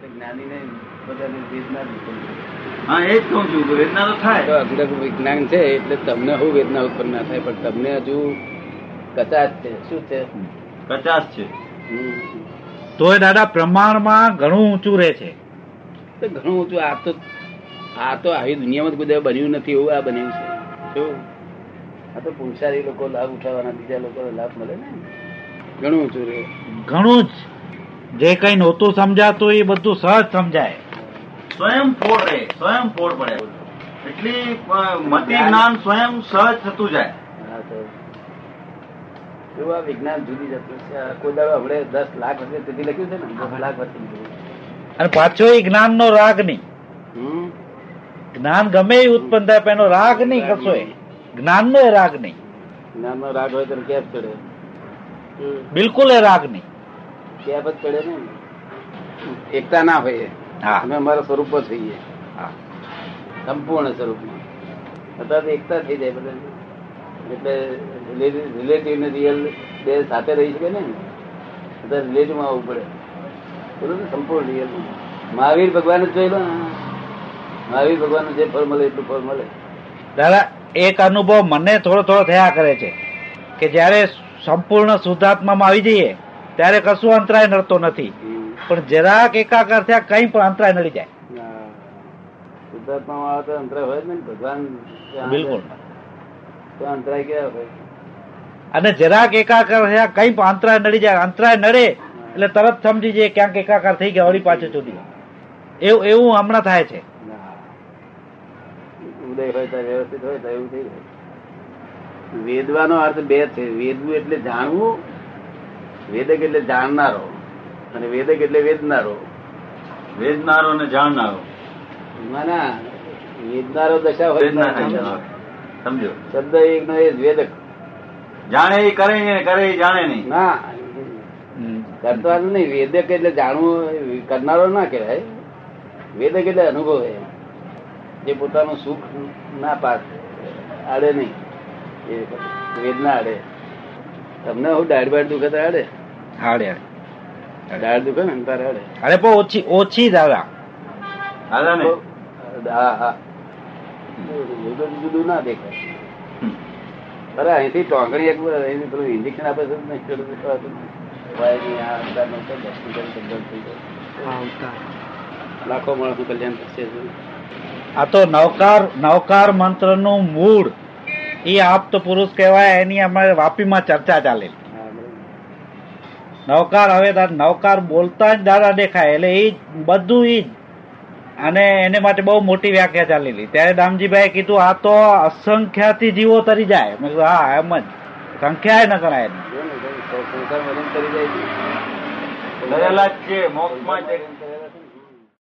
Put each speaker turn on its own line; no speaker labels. તો જ્ઞાની ને બધાને વેદના જ ઉત્પન્ન થાય.
હા એ જ કહું છું કે વેદના તો
તો
થાય
અગ્રગ વિજ્ઞાન છે એટલે તમને શું વેદના ઉત્પન્ન ના થાય પણ તમને હજુ કચાશ છે શું છે
કચાશ છે
હમ.
તોય દાદા પ્રમાણમાં ઘણું ઊંચું રહે છે
તો ઘણું ઊંચું આ તો આ તો આવી દુનિયામાં જ બધા બન્યું નથી એવું આ બન્યું છે શું આ તો પુરુષારી લોકો લાભ ઉઠાવવાના બીજા લોકો લાભ મળે ને ઘણું ઊંચું રહે
ઘણું જ જે કઈ નહોતું સમજાતું એ બધું સહજ સમજાય
સ્વયં ફોડ રહે સ્વયં ફોડ પડે એટલી અ, મતિ જ્ઞાન સ્વયં સહજ થતું જાય
હા તો એવું આ વિજ્ઞાન જુદી જતું છે આ કોઈ દાડો આપણે દસ લાખ વર્ષે સુધી લખ્યું છે ને દસ લાખ વર્ષે સુધી.
અને પાછો એ જ્ઞાનનો રાગ નહીં
હમ
જ્ઞાન ગમે એ ઉત્પન્ન થાય પણ એનો રાગ નહીં કશો જ્ઞાનનો એ રાગ નહીં
જ્ઞાનનો રાગ હોય તો કેપ ચડે હમ.
બિલકુલ એ રાગ નહીં
કેપ જ ચડે ને એકતા ના હોય
હા
અમે અમારા સ્વરૂપ જ હોઈએ
હા.
સંપૂર્ણ સ્વરૂપમાં અથવા તો એકતા થઈ જાય બધા એટલે રિલેટિવ ને રિયલ બે સાથે રહી શકે ને બધા રિલેટિવમાં આવવું પડે બરોબર ને? સંપૂર્ણ રિયલ મહાવીર ભગવાન જ જોઈ લો ને. મહાવીર ભગવાન જે ફળ મળે એટલું ફળ મળે
દાદા એક અનુભવ મને થોડો થોડો થયા કરે છે કે જ્યારે સંપૂર્ણ શુદ્ધાત્મામાં આવી જઈએ ત્યારે કશું અંતરાય નડતો નથી
હમ.
પણ જરાક એકાકાર થયા કઈ પણ અંતરાય નડી જાય
ના. શુદ્ધાત્મામાં આવે તો અંતરાય હોય જ નહીં ને ભગવાન ત્યાં
બિલકુલ
તો અંતરાય કેવા હોય
અને જરાક એકાકાર થયા કઈ પણ અંતરાય નડી જાય અંતરાય નડે એટલે તરત સમજી જઈએ ક્યાંક એકાકાર થઈ ગયા વળી પાછું છૂટી એવું એવું હમણાં થાય છે
ના. ઉદય હોય ત્યારે વ્યવસ્થિત હોય ત્યારે એવું થઈ જાય વેદવાનો અર્થ બે છે વેદવું એટલે જાણવું વેદક એટલે જાણનારો અને વેદક એટલે વેદનારો
વેદનારો ને જાણનારો
ના ના વેદનારો દશા હોય
વેદના
ના,
થઈ
ના.
જાય સમજો
શબ્દ એકનો એ જ વેદક
જાણે એ કરે ને કરે એ જાણે નહીં
ના કરતાનું નહીં વેદક એટલે જાણવું એ કરનારો ના કહેવાય વેદક એટલે અનુભવ એ. જે પોતાનું સુખ ના પાસ આડે નહીં એ વેદના આડે તમને હું દાઢ બાઢ દુખે તો આડે
હાડે
દાઢ દુખે ને તારે આડે
અરે બહુ ઓછી ઓછી દાદા
હાલા ને
તો- હા હા એ બધું જુદું ના દેખાય અરે અહીંથી ટોંકણી એક અહીંથી પેલું ઇન્જેક્શન આપે છે ને, એટલું બધું ખવાતું નથી. વાયરની આ અંદરનો તો હોસ્પિટલ કલ્યાણ થઈ જાય. લાખો માણસનું કલ્યાણ થશે
આ તો નવકાર નવકાર મંત્રનું મૂળ એ આપ્ત પુરુષ કહેવાય એની અમારે વાપીમાં ચર્ચા ચાલે
હા, બરાબર.
નવકાર હવે દા- નવકાર બોલતા જ દાદા દેખાય એટલે એ જ બધું ઈ જ અને એને માટે બહુ મોટી વ્યાખ્યા ચાલેલી ત્યારે દામજીભાઈ કીધું આ તો અસંખ્યાથી જીવો તરી જાય મેં કીધું હા એમ જ સંખ્યાય ન ગણાય એની.
જો ને, જો ને, સંસાર વલણ કરી જાય છે.
કરેલા જ છે મોક્ષમાં જ છે.